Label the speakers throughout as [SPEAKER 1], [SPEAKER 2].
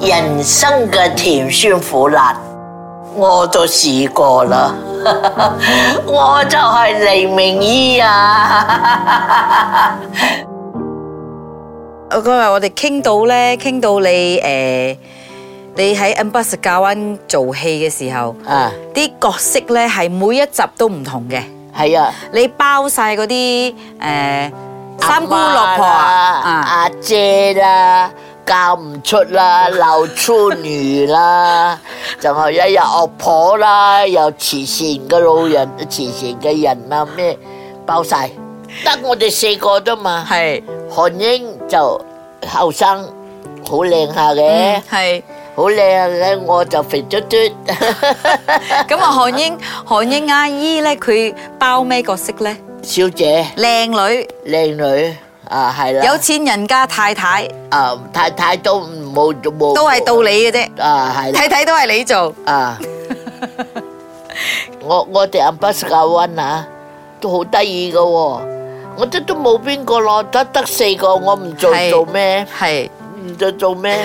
[SPEAKER 1] 人生嘅甜酸苦辣，我都試過啦。 我就係黎明姨啊！
[SPEAKER 2] 我今日我哋傾到咧，傾到你誒、呃你喺 Ambus 教灣做戲嘅時候，
[SPEAKER 1] 啊，
[SPEAKER 2] 啲角色咧係每一集都唔同嘅，
[SPEAKER 1] 係啊，
[SPEAKER 2] 你包晒嗰啲誒三姑
[SPEAKER 1] 阿媽
[SPEAKER 2] 六婆
[SPEAKER 1] 啦
[SPEAKER 2] 啊，
[SPEAKER 1] 阿姐啦，嫁唔出 啦，流粗女啦，就係一日惡婆啦，又慈善嘅老人、慈善嘅人啊，咩包晒，得我哋四個啫嘛。
[SPEAKER 2] 係
[SPEAKER 1] 韓英就後生，好靚下嘅
[SPEAKER 2] 嗯，係。
[SPEAKER 1] 好靚嘅，我就肥嘟嘟。
[SPEAKER 2] 咁啊，韓英韓英阿姨咧，佢包咩角色咧？
[SPEAKER 1] 小姐，
[SPEAKER 2] 靚女，
[SPEAKER 1] 靚女啊，係啦，
[SPEAKER 2] 有錢人家太太，
[SPEAKER 1] 啊太太都唔冇冇，
[SPEAKER 2] 都係到你嘅啫，
[SPEAKER 1] 啊，係啦
[SPEAKER 2] 太太都係你做。
[SPEAKER 1] 啊。我我哋阿巴斯教温啊，都好得意嘅喎。我得都冇邊個咯，得得四個，我唔做
[SPEAKER 2] 係
[SPEAKER 1] 做咩？
[SPEAKER 2] 係
[SPEAKER 1] 唔做做咩？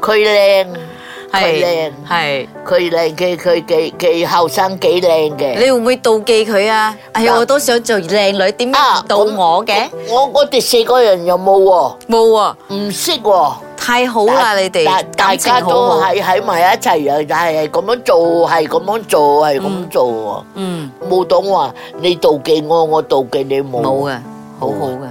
[SPEAKER 1] 佢靚，佢
[SPEAKER 2] 係
[SPEAKER 1] 靚。
[SPEAKER 2] 係，
[SPEAKER 1] 佢靚嘅，佢幾幾後生幾靚
[SPEAKER 2] 你
[SPEAKER 1] 嘅。
[SPEAKER 2] 會唔會妒忌佢啊？哎呀，我都想做靚女，點解
[SPEAKER 1] 啊 À,
[SPEAKER 2] 唔到我嘅？
[SPEAKER 1] 我我哋四個人又冇喎，
[SPEAKER 2] 冇喎，
[SPEAKER 1] 唔識喎。
[SPEAKER 2] 太好啦！
[SPEAKER 1] 但
[SPEAKER 2] 你哋
[SPEAKER 1] 但大
[SPEAKER 2] 感情
[SPEAKER 1] 家
[SPEAKER 2] 好
[SPEAKER 1] 都
[SPEAKER 2] 好，
[SPEAKER 1] 係喺埋一齊又但係咁樣做，係咁樣做，係咁樣做
[SPEAKER 2] 嗯，
[SPEAKER 1] 喎。冇講話你妒忌我，我妒忌你冇。
[SPEAKER 2] 冇嘅，好好嘅，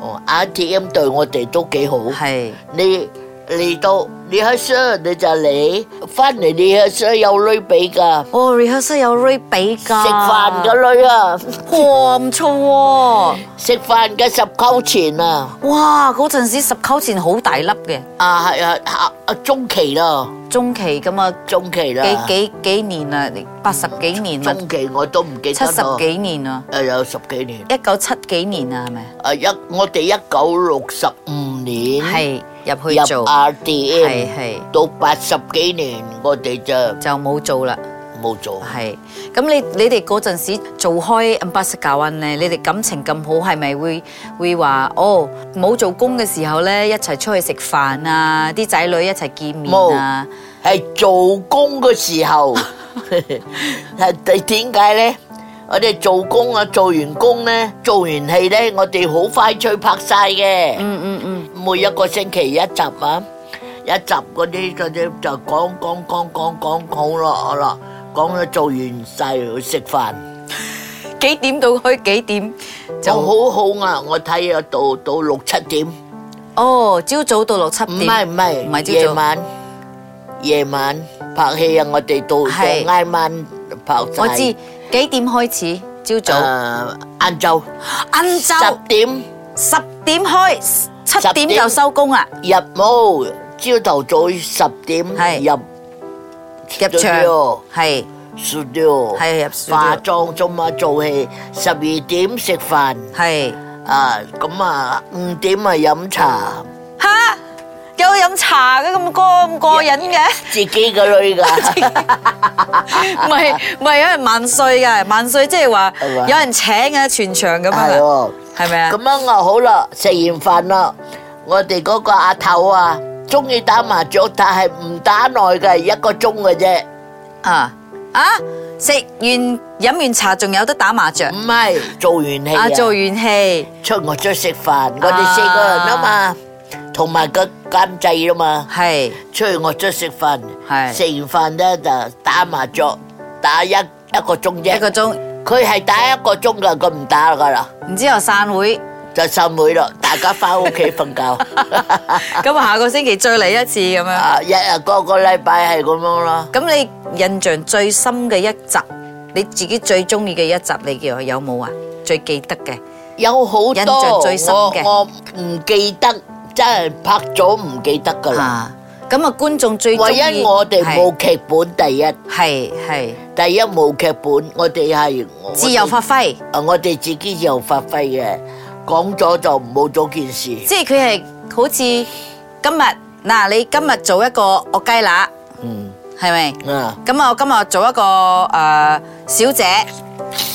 [SPEAKER 1] 哦，RTM 對我哋都幾好。
[SPEAKER 2] 係
[SPEAKER 1] 你嚟到你喺 s 你就嚟，翻嚟你喺 s 有女俾㗎，
[SPEAKER 2] 哦，rehearsal 有 re 比㗎，
[SPEAKER 1] 食飯嘅女啊，
[SPEAKER 2] 哇，唔錯喎！
[SPEAKER 1] 食飯嘅十溝錢啊。
[SPEAKER 2] 哇，嗰陣時十溝錢好大粒嘅，
[SPEAKER 1] 啊，係啊，啊啊中期啦，
[SPEAKER 2] 中期咁啊，
[SPEAKER 1] 中期啦，
[SPEAKER 2] 幾幾幾年啦，八十幾年啦，
[SPEAKER 1] 中期我都唔記
[SPEAKER 2] 七
[SPEAKER 1] 得
[SPEAKER 2] 十
[SPEAKER 1] 咯，
[SPEAKER 2] 幾年啦，
[SPEAKER 1] 誒有十幾年，
[SPEAKER 2] 一九七幾年啊，係咪？
[SPEAKER 1] 啊一我哋一九六十五年
[SPEAKER 2] 係入
[SPEAKER 1] 嗯
[SPEAKER 2] 去
[SPEAKER 1] 入啊
[SPEAKER 2] 做，係
[SPEAKER 1] RDM，
[SPEAKER 2] 係
[SPEAKER 1] 到八十幾年我哋就
[SPEAKER 2] 就冇做啦。
[SPEAKER 1] 冇做，
[SPEAKER 2] 係，咁你你哋嗰陣時做開 Ambassador 教運咧，你哋感情咁好，係咪會會話哦冇做工嘅時候咧，一齊出去食飯啊，啲仔女一齊見面啊，
[SPEAKER 1] 係做工嘅時候，係點解咧？我哋做工啊，做完工咧，做完戲咧，我哋好快脆拍晒嘅。
[SPEAKER 2] 嗯嗯嗯，
[SPEAKER 1] 每一個星期一集啊，一集嗰啲嗰啲就講講講講講好咯，好啦，講咗做完晒去食飯，
[SPEAKER 2] 幾點到去幾點
[SPEAKER 1] 就
[SPEAKER 2] 就
[SPEAKER 1] 好好啊！我睇啊，到到六七點，唔
[SPEAKER 2] 哦，朝早到六七點，
[SPEAKER 1] 係唔係，
[SPEAKER 2] 唔係朝早
[SPEAKER 1] 夜晚夜晚拍戲啊！我哋到
[SPEAKER 2] 係
[SPEAKER 1] 到挨晚拍晒
[SPEAKER 2] 我知幾點開始？朝
[SPEAKER 1] 誒
[SPEAKER 2] 早
[SPEAKER 1] 晏晝
[SPEAKER 2] 晏晝
[SPEAKER 1] 十點
[SPEAKER 2] 十點開，七點
[SPEAKER 1] 10
[SPEAKER 2] 就收工啦，
[SPEAKER 1] 入屋，朝頭早十點
[SPEAKER 2] 係
[SPEAKER 1] 入
[SPEAKER 2] 入場
[SPEAKER 1] studio
[SPEAKER 2] 係
[SPEAKER 1] studio
[SPEAKER 2] 係入
[SPEAKER 1] 化
[SPEAKER 2] studio
[SPEAKER 1] 妝啫嘛，做戲十二點食飯
[SPEAKER 2] 係
[SPEAKER 1] 啊，咁啊五點啊飲茶，
[SPEAKER 2] 吓有飲茶嘅咁過咁過癮嘅。
[SPEAKER 1] 自己個女噶，
[SPEAKER 2] 唔係唔係，有人萬歲㗎，萬歲即係話
[SPEAKER 1] 係嘛
[SPEAKER 2] 有人請啊，全場咁
[SPEAKER 1] 係
[SPEAKER 2] 樣啊，
[SPEAKER 1] 喎。
[SPEAKER 2] 係咪啊？
[SPEAKER 1] 咁樣啊好啦，食完飯啦，我哋嗰個阿頭啊，中意打麻雀，但係唔打耐嘅，一個鐘嘅啫，
[SPEAKER 2] 啊啊！食完飲完茶仲有得打麻雀
[SPEAKER 1] 唔係做完戲
[SPEAKER 2] 啊！
[SPEAKER 1] 啊，
[SPEAKER 2] 做完戲
[SPEAKER 1] 出我出去食飯，我哋四個人啊嘛，同埋個監製啊嘛。
[SPEAKER 2] 係
[SPEAKER 1] 出去我出去食飯，
[SPEAKER 2] 係
[SPEAKER 1] 食完飯咧就打麻雀，打一一個鐘
[SPEAKER 2] 一個
[SPEAKER 1] 啫。
[SPEAKER 2] 鐘，
[SPEAKER 1] 佢係打一個鐘噶，佢唔打噶啦，
[SPEAKER 2] 然之後 散會，
[SPEAKER 1] 就散會咯，大家翻屋企瞓 覺。
[SPEAKER 2] 咁啊下個星期再嚟一次咁樣。
[SPEAKER 1] 啊，日日個個禮拜係咁樣咯。
[SPEAKER 2] 咁你印象最深嘅一集，你自己最中意嘅一集，你叫有冇啊？最記得嘅
[SPEAKER 1] 有好
[SPEAKER 2] 印
[SPEAKER 1] 多
[SPEAKER 2] 象最深
[SPEAKER 1] 我
[SPEAKER 2] 嘅
[SPEAKER 1] 我唔記得，真係拍咗唔記得噶啦。
[SPEAKER 2] 啊，咁啊觀眾最中
[SPEAKER 1] 唯
[SPEAKER 2] 意
[SPEAKER 1] 一我哋冇劇本，第一
[SPEAKER 2] 係係係
[SPEAKER 1] 第一冇劇本，我哋係我
[SPEAKER 2] 自由發揮。
[SPEAKER 1] 啊，我哋自己自由發揮嘅，講咗就冇咗件事。
[SPEAKER 2] 即係佢係好似今日嗱，你今日做一個惡雞乸，
[SPEAKER 1] 嗯
[SPEAKER 2] 係咪？
[SPEAKER 1] 啊。
[SPEAKER 2] 咁啊，我今日做一個誒、呃小姐，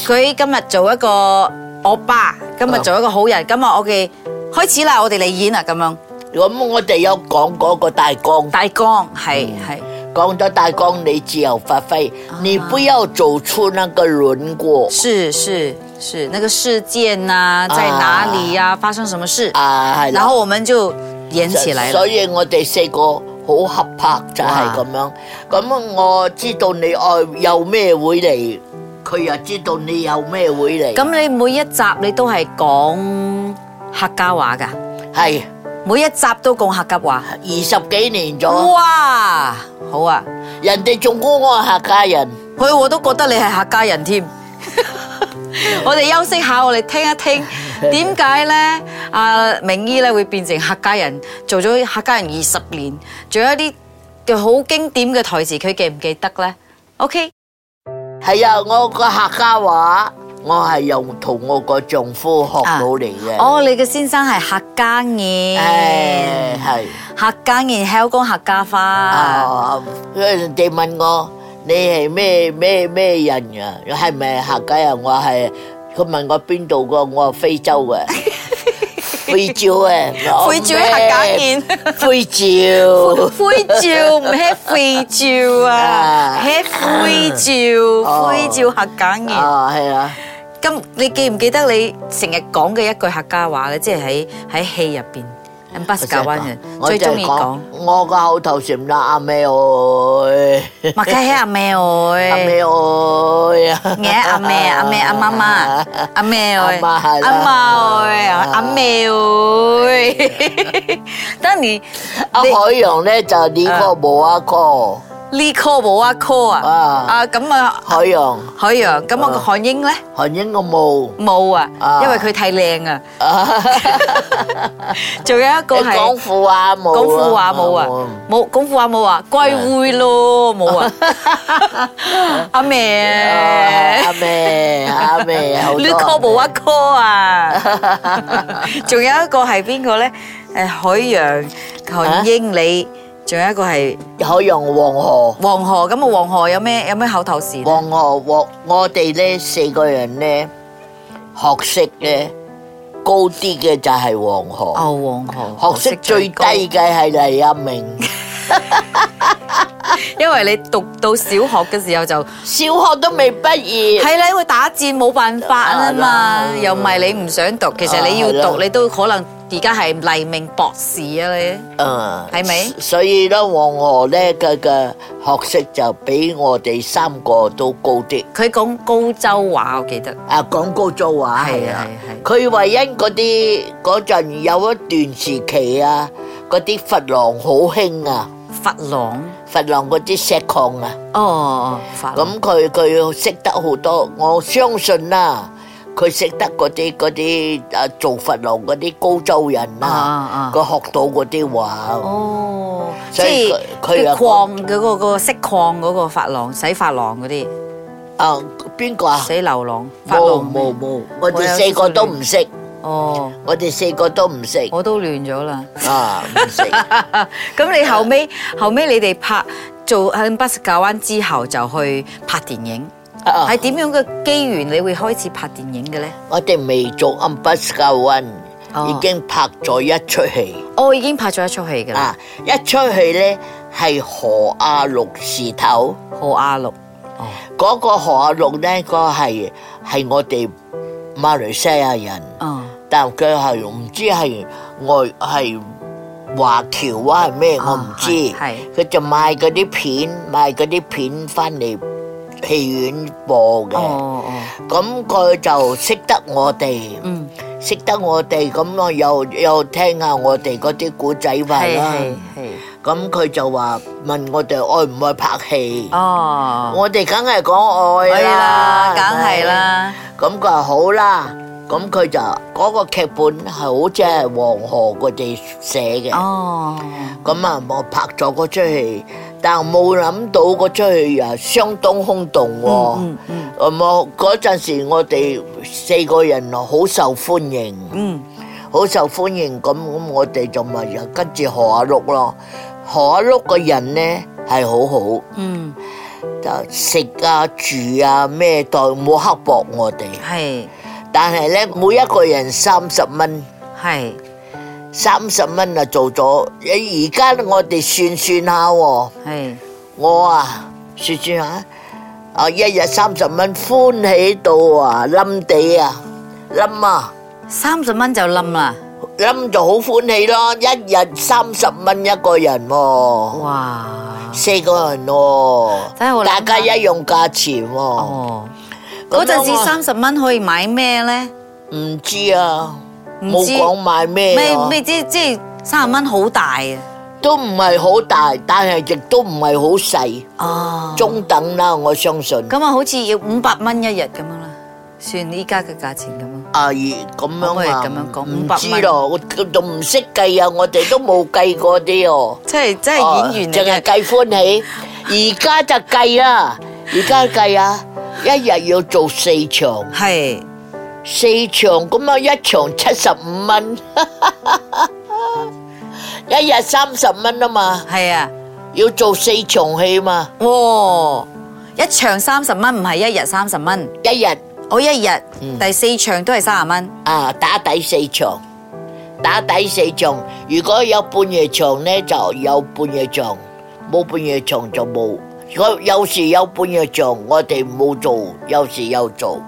[SPEAKER 2] 佢今日做一
[SPEAKER 1] 哦
[SPEAKER 2] 個惡霸，今日做一個好人，咁啊，我哋開始啦，我哋嚟演啦咁樣。
[SPEAKER 1] 咁我哋有講嗰個大綱，
[SPEAKER 2] 大江係
[SPEAKER 1] 嗯
[SPEAKER 2] 係
[SPEAKER 1] 講咗大綱你自由發揮，你不要走出那個輪廓
[SPEAKER 2] 是是是，那個事件啊，在哪裡呀、發生什麼事？
[SPEAKER 1] 啊，係啦
[SPEAKER 2] 然後我們就演起來了
[SPEAKER 1] 所。以我哋四個好合拍就係咁樣。咁我知道你愛有咩會嚟，佢又知道你有咩會嚟。
[SPEAKER 2] 咁你每一集你都係講客家話㗎，
[SPEAKER 1] 係
[SPEAKER 2] 每一集都講客家話。
[SPEAKER 1] 二十幾年咗，
[SPEAKER 2] 哇，好啊！
[SPEAKER 1] 人哋仲估我係客家人。
[SPEAKER 2] 佢我都覺得你係客家人添。我哋休息下，我哋聽一聽點解呢？啊阿明姨咧會變成客家人，做咗客家人二十年，仲有一啲嘅好經典嘅台詞，佢記唔記得呢 o k
[SPEAKER 1] 係啊，我個客家話我係由同我個丈夫學到嚟嘅。
[SPEAKER 2] 哦，你嘅先生係客家人，
[SPEAKER 1] 誒係
[SPEAKER 2] 客家人香港客家話，
[SPEAKER 1] 啊，人哋問我你係咩咩咩人啊？係咪客家人？我係佢問我邊度個，我話非洲嘅。非洲啊，我
[SPEAKER 2] 非洲客家人
[SPEAKER 1] 咩非洲，
[SPEAKER 2] 灰照唔係灰照啊
[SPEAKER 1] 啊，
[SPEAKER 2] 係灰照，
[SPEAKER 1] 哦
[SPEAKER 2] 灰照客家人。
[SPEAKER 1] 啊係啊，
[SPEAKER 2] 咁你記唔記得你成日講嘅一句客家話咧？即係喺喺戲入邊，咁巴士教灣人
[SPEAKER 1] 我
[SPEAKER 2] 最
[SPEAKER 1] 就係
[SPEAKER 2] 中意講，
[SPEAKER 1] 我個口頭禪啦，阿妹愛，
[SPEAKER 2] 麥雞喺阿咩
[SPEAKER 1] 阿妹
[SPEAKER 2] 愛，
[SPEAKER 1] 愛啊，
[SPEAKER 2] 嘅阿咩阿咩阿媽媽，阿咩愛，
[SPEAKER 1] 阿媽係啦
[SPEAKER 2] 阿媽愛，阿咩愛。當你
[SPEAKER 1] 阿海洋咧就呢個冇阿哥，
[SPEAKER 2] 呢 call 冇啊 call 啊，
[SPEAKER 1] 啊
[SPEAKER 2] 啊咁啊
[SPEAKER 1] 海洋
[SPEAKER 2] 海洋，咁我個韓英咧
[SPEAKER 1] 韓英我冇。
[SPEAKER 2] 冇啊，
[SPEAKER 1] 啊
[SPEAKER 2] 因為佢太靚啊。
[SPEAKER 1] Ờ,
[SPEAKER 2] 仲有一個
[SPEAKER 1] 你
[SPEAKER 2] 係
[SPEAKER 1] 講副話冇啊，
[SPEAKER 2] 功夫話冇
[SPEAKER 1] Ờ, à.
[SPEAKER 2] 啊，冇功夫話冇啊，歸會咯冇啊，阿
[SPEAKER 1] 啊
[SPEAKER 2] 咩
[SPEAKER 1] 阿妹阿妹好多
[SPEAKER 2] 你 call 冇啊 call à. 啊，仲有一個係邊個咧？誒海洋、韓英你，仲有一個係
[SPEAKER 1] 海洋黃河，
[SPEAKER 2] 黃河，咁啊黃河有咩有咩口頭禪？
[SPEAKER 1] 黃河黃，我哋呢四個人呢，學識呢，高啲嘅就係黃河，
[SPEAKER 2] 哦，黃河
[SPEAKER 1] 學識最低嘅係黎阿明。
[SPEAKER 2] 因為你讀到小學嘅時候就
[SPEAKER 1] 小學都未畢業，
[SPEAKER 2] 係啦，因為打戰冇辦法啊嘛
[SPEAKER 1] 啊，係啦
[SPEAKER 2] 又唔係你唔想讀，其實你
[SPEAKER 1] 啊係
[SPEAKER 2] 要
[SPEAKER 1] 啦
[SPEAKER 2] 讀，你都可能而家係黎明博士啊你。
[SPEAKER 1] 嗯，
[SPEAKER 2] 係咪
[SPEAKER 1] 所以咧，黃河呢嘅嘅學識就比我哋三個都高啲。
[SPEAKER 2] 佢講高州話，我記得。
[SPEAKER 1] 啊，廣告租啊，
[SPEAKER 2] 係
[SPEAKER 1] 係啊
[SPEAKER 2] 係係，
[SPEAKER 1] 佢唯因嗰啲嗰陣有一段時期啊，嗰啲佛廊好興啊，
[SPEAKER 2] 佛朗，
[SPEAKER 1] 佛廊嗰啲石礦啊，
[SPEAKER 2] 哦哦，佛朗。
[SPEAKER 1] 咁佢佢識得好多，我相信啦、佢識得嗰啲嗰啲啊做佛廊嗰啲高州人
[SPEAKER 2] 啊啊
[SPEAKER 1] 啊，佢學到嗰啲話，
[SPEAKER 2] 哦，即
[SPEAKER 1] 所以
[SPEAKER 2] 係
[SPEAKER 1] 佢佢又
[SPEAKER 2] 佢礦嗰個嗰個色礦嗰個法郎，洗法郎嗰啲，
[SPEAKER 1] 啊邊個啊？
[SPEAKER 2] 洗流浪法郎
[SPEAKER 1] 冇
[SPEAKER 2] 咩
[SPEAKER 1] 冇冇，我
[SPEAKER 2] 我有
[SPEAKER 1] 哋四個都唔識，
[SPEAKER 2] 哦，
[SPEAKER 1] 我哋四個都唔識
[SPEAKER 2] 我都亂咗啦。
[SPEAKER 1] 啊，唔 識。
[SPEAKER 2] 咁你後尾後尾你哋拍做喺巴士教灣之後就去拍電影，
[SPEAKER 1] 啊
[SPEAKER 2] 係點樣嘅機緣你會開始拍電影嘅咧？
[SPEAKER 1] 我哋未做 u m b u s c a One，
[SPEAKER 2] 哦
[SPEAKER 1] 已經拍咗一出戲
[SPEAKER 2] 我已經拍咗一出戲㗎啦，
[SPEAKER 1] 啊！一出戲呢係何亞六士頭，
[SPEAKER 2] 《何阿六》。
[SPEAKER 1] 嗰、個何亞六呢，個係係我哋馬來西亞人，
[SPEAKER 2] 哦，
[SPEAKER 1] 但佢係唔知係外係華僑啊係咩，我唔知。
[SPEAKER 2] 哦係係
[SPEAKER 1] 佢就賣嗰啲片，賣嗰啲片翻嚟戲院播嘅。
[SPEAKER 2] 哦哦，
[SPEAKER 1] 咁佢就識得我哋，
[SPEAKER 2] 嗯
[SPEAKER 1] 識得我哋，咁我又又聽下我哋嗰啲古仔話
[SPEAKER 2] 係
[SPEAKER 1] 啦。
[SPEAKER 2] 係係，
[SPEAKER 1] 咁佢就話問我哋愛唔愛拍戲，
[SPEAKER 2] 哦。
[SPEAKER 1] 我哋梗係講愛
[SPEAKER 2] 係
[SPEAKER 1] 啦，
[SPEAKER 2] 啦，梗係啦，
[SPEAKER 1] 係咪。咁佢話好啦，咁佢就嗰個劇本係好似係黃河佢哋寫嘅。
[SPEAKER 2] Ờ. 哦，
[SPEAKER 1] 咁啊，我拍咗嗰出戲，但冇諗到嗰出戲啊相當轟動喎、
[SPEAKER 2] 嗯嗯
[SPEAKER 1] 咁我嗰陣時，我哋四個人啊好受歡迎，
[SPEAKER 2] 嗯，
[SPEAKER 1] 好受歡迎。咁咁，我哋就咪又跟住何阿碌咯。何阿碌個人呢係好好，
[SPEAKER 2] 嗯，
[SPEAKER 1] 就食啊住啊咩代冇刻薄我哋。
[SPEAKER 2] 係
[SPEAKER 1] 但係呢，每一個人三十蚊，
[SPEAKER 2] 係，
[SPEAKER 1] 三十蚊啊做咗，而家我哋算算下喎，
[SPEAKER 2] 係
[SPEAKER 1] 我啊算算下，啊一日三十蚊歡喜到啊冧地啊冧啊
[SPEAKER 2] 三十蚊就冧啦，
[SPEAKER 1] 冧就好歡喜咯，一日三十蚊一個人喎、
[SPEAKER 2] 哇！
[SPEAKER 1] 四個人喎、
[SPEAKER 2] 真係好
[SPEAKER 1] 大
[SPEAKER 2] 冷
[SPEAKER 1] 家
[SPEAKER 2] 淡
[SPEAKER 1] 一樣價錢喎、
[SPEAKER 2] 哦，
[SPEAKER 1] 咁樣
[SPEAKER 2] 嗰陣時
[SPEAKER 1] 我
[SPEAKER 2] 三十蚊可以買咩咧？
[SPEAKER 1] 唔知啊，
[SPEAKER 2] 唔
[SPEAKER 1] 冇
[SPEAKER 2] 知
[SPEAKER 1] 講買咩
[SPEAKER 2] 咩
[SPEAKER 1] 啊，
[SPEAKER 2] 咩即即三十蚊好大啊！
[SPEAKER 1] 都唔係好大，但係亦都唔係好細，
[SPEAKER 2] 哦，
[SPEAKER 1] 中等啦，我相信。
[SPEAKER 2] 咁啊，好似要五百蚊一日咁樣啦，算依家嘅價錢咁啊。
[SPEAKER 1] 阿姨咁
[SPEAKER 2] 可唔可以
[SPEAKER 1] 樣啊，
[SPEAKER 2] 咁樣講
[SPEAKER 1] 唔
[SPEAKER 2] 500
[SPEAKER 1] 知咯，我仲唔識計啊，我哋都冇計過啲哦。
[SPEAKER 2] 即係即
[SPEAKER 1] 哦
[SPEAKER 2] 係演員
[SPEAKER 1] 淨係
[SPEAKER 2] 嚟嘅，
[SPEAKER 1] 計歡喜，而家就計啦，而家計啊，一日要做四場，
[SPEAKER 2] 係
[SPEAKER 1] 四場咁啊，一場七十五 蚊，一日三十蚊啊嘛，
[SPEAKER 2] 係啊，
[SPEAKER 1] 要做四場戲嘛，
[SPEAKER 2] 哇！一場三十蚊唔係一日三十蚊，
[SPEAKER 1] 一日。
[SPEAKER 2] 我一日第四場都係三十蚊。
[SPEAKER 1] 啊，打底四場，打底四場。如果有半夜場呢，就有半夜場；冇半夜場就冇。如果有時有半夜場，我哋冇做，有時有做，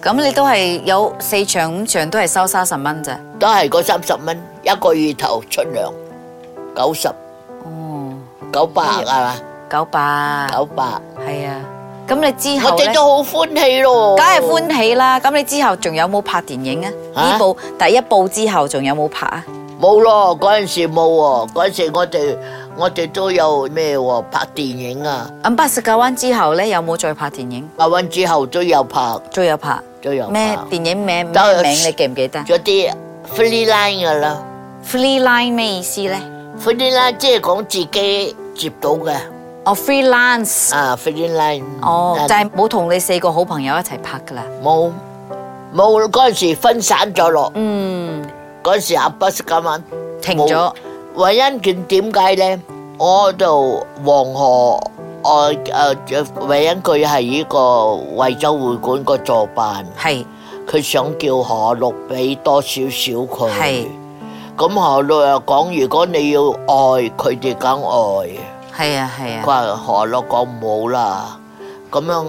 [SPEAKER 2] 咁你都係有四場五場都係收三十蚊咋？
[SPEAKER 1] 都係嗰三十蚊一個月頭出糧，九十
[SPEAKER 2] 哦，
[SPEAKER 1] 九百啊，
[SPEAKER 2] 九百，
[SPEAKER 1] 九百，
[SPEAKER 2] 係啊。咁你之
[SPEAKER 1] 我
[SPEAKER 2] 後咧
[SPEAKER 1] 哋，都好歡喜咯，
[SPEAKER 2] 梗係歡喜啦。咁你之後仲有冇拍電影啊？
[SPEAKER 1] 啊
[SPEAKER 2] 呢部第一部之後仲有冇拍啊？
[SPEAKER 1] 冇咯，嗰陣時冇喎，嗰陣時我哋我哋都有咩喎拍電影啊，
[SPEAKER 2] 咁八十九灣之後咧，有冇再拍電影？
[SPEAKER 1] 阿温之後都有拍，
[SPEAKER 2] 都有拍。
[SPEAKER 1] 都有
[SPEAKER 2] 咩
[SPEAKER 1] 拍。
[SPEAKER 2] 電影名
[SPEAKER 1] 都有
[SPEAKER 2] 咩名你記唔記得
[SPEAKER 1] 嗰啲 free line 噶啦
[SPEAKER 2] ？Free line 咩意思咧？
[SPEAKER 1] ，free line 即係講自己接到嘅
[SPEAKER 2] 哦，freelance。
[SPEAKER 1] 啊，free line
[SPEAKER 2] 哦，
[SPEAKER 1] 啊
[SPEAKER 2] 就係冇同你四個好朋友一齊拍噶啦。
[SPEAKER 1] 冇冇嗰陣時分散咗落，
[SPEAKER 2] 嗯，
[SPEAKER 1] 嗰陣時阿 bus 咁樣
[SPEAKER 2] 停咗。
[SPEAKER 1] 冇尹恩健點解咧？我度黃河我誒尹恩佢係呢個惠州會館個助辦，
[SPEAKER 2] 係
[SPEAKER 1] 佢想叫何陸俾多少少佢
[SPEAKER 2] 係，
[SPEAKER 1] 咁何陸又講如果你要愛佢哋梗愛。
[SPEAKER 2] 係啊係
[SPEAKER 1] 佢話
[SPEAKER 2] 啊。
[SPEAKER 1] 何樂講唔好啦，咁樣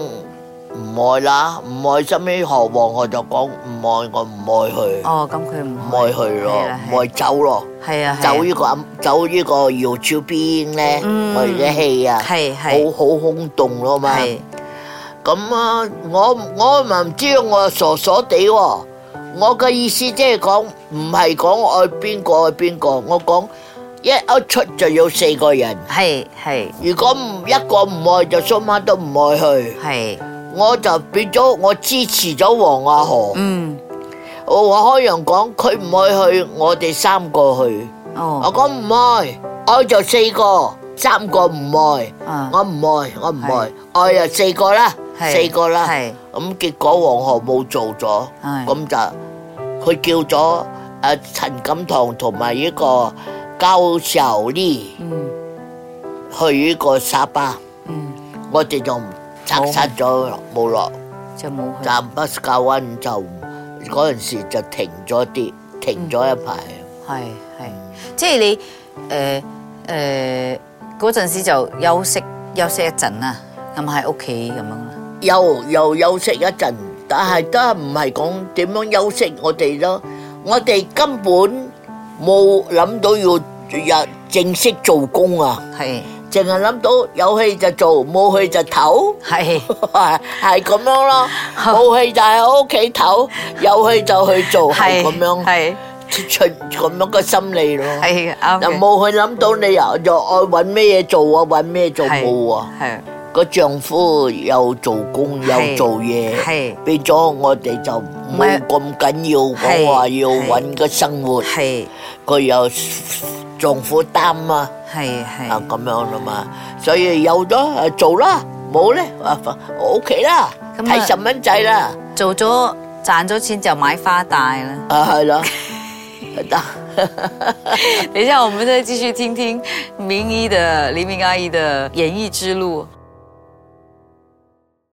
[SPEAKER 1] 唔愛啦，唔愛，收尾何王我就講唔愛，我唔愛佢，
[SPEAKER 2] 哦，咁佢唔
[SPEAKER 1] 唔愛佢咯
[SPEAKER 2] 係啦，係
[SPEAKER 1] 唔愛走咯，
[SPEAKER 2] 係啊，係啊
[SPEAKER 1] 走呢個走呢個瑤柱邊咧，
[SPEAKER 2] 嗯
[SPEAKER 1] 我哋啲戲啊，
[SPEAKER 2] 係
[SPEAKER 1] 好
[SPEAKER 2] 係
[SPEAKER 1] 好空洞咯嘛。
[SPEAKER 2] 係
[SPEAKER 1] 咁啊，我我咪唔知我傻傻地喎。我嘅意思即係講唔係講愛邊個愛邊個，我講一一出就有四個人。
[SPEAKER 2] 係係
[SPEAKER 1] 如果唔一個唔愛就蘇媽都唔愛佢，
[SPEAKER 2] 係，
[SPEAKER 1] 我就變咗我支持咗黃阿河。
[SPEAKER 2] 嗯，
[SPEAKER 1] 我我開陽講佢唔愛去，我哋三個去。我
[SPEAKER 2] 哦，
[SPEAKER 1] 講唔愛，愛就四個，三個唔愛，
[SPEAKER 2] 啊
[SPEAKER 1] 我唔愛，我唔愛，愛就四個啦，
[SPEAKER 2] 係
[SPEAKER 1] 四個啦。
[SPEAKER 2] 係
[SPEAKER 1] 咁結果黃河冇做咗，
[SPEAKER 2] 係
[SPEAKER 1] 咁就佢叫咗誒陳錦堂同埋呢個高小麗
[SPEAKER 2] 嗯
[SPEAKER 1] 去呢個沙巴。
[SPEAKER 2] 嗯，
[SPEAKER 1] 我哋就拆散咗冇落，
[SPEAKER 2] 就冇去。
[SPEAKER 1] 站北教温就嗰陣時就停咗啲，停咗一排。
[SPEAKER 2] 係係，即係你誒誒嗰陣時就休息休息一陣啦，咁喺屋企咁樣啊啦。
[SPEAKER 1] 又又休息一陣，但係都係唔係講點樣休息我哋咯？我哋根本冇諗到要日正式做工啊，
[SPEAKER 2] 係
[SPEAKER 1] 淨係諗到有戲就做，冇戲就 唞。
[SPEAKER 2] 係
[SPEAKER 1] 係咁樣咯，冇戲就喺屋企唞，有戲就去做，係咁樣。
[SPEAKER 2] 係
[SPEAKER 1] 出咁樣嘅心理咯。
[SPEAKER 2] 係啱
[SPEAKER 1] 又
[SPEAKER 2] 嘅
[SPEAKER 1] 冇去諗到你又又愛揾咩嘢做啊，揾咩做
[SPEAKER 2] 係
[SPEAKER 1] 冇啊？
[SPEAKER 2] 係
[SPEAKER 1] 個丈夫又做工又
[SPEAKER 2] 係
[SPEAKER 1] 做嘢，
[SPEAKER 2] 係
[SPEAKER 1] 變咗我哋就冇
[SPEAKER 2] 係
[SPEAKER 1] 咁緊要講
[SPEAKER 2] 係
[SPEAKER 1] 話要
[SPEAKER 2] 係
[SPEAKER 1] 揾個生活，
[SPEAKER 2] 係
[SPEAKER 1] 佢又丈夫擔啊
[SPEAKER 2] 係
[SPEAKER 1] 啊
[SPEAKER 2] 係。
[SPEAKER 1] 咁樣啦嘛，所以有咗啊做啦，冇咧啊屋企啦，
[SPEAKER 2] 咁啊
[SPEAKER 1] 睇細蚊仔啦，
[SPEAKER 2] 做咗賺咗錢就買花帶啦。
[SPEAKER 1] 啊係 啦，得。
[SPEAKER 2] 等一下，我们再继续听听明一的黎明阿姨的演艺之路。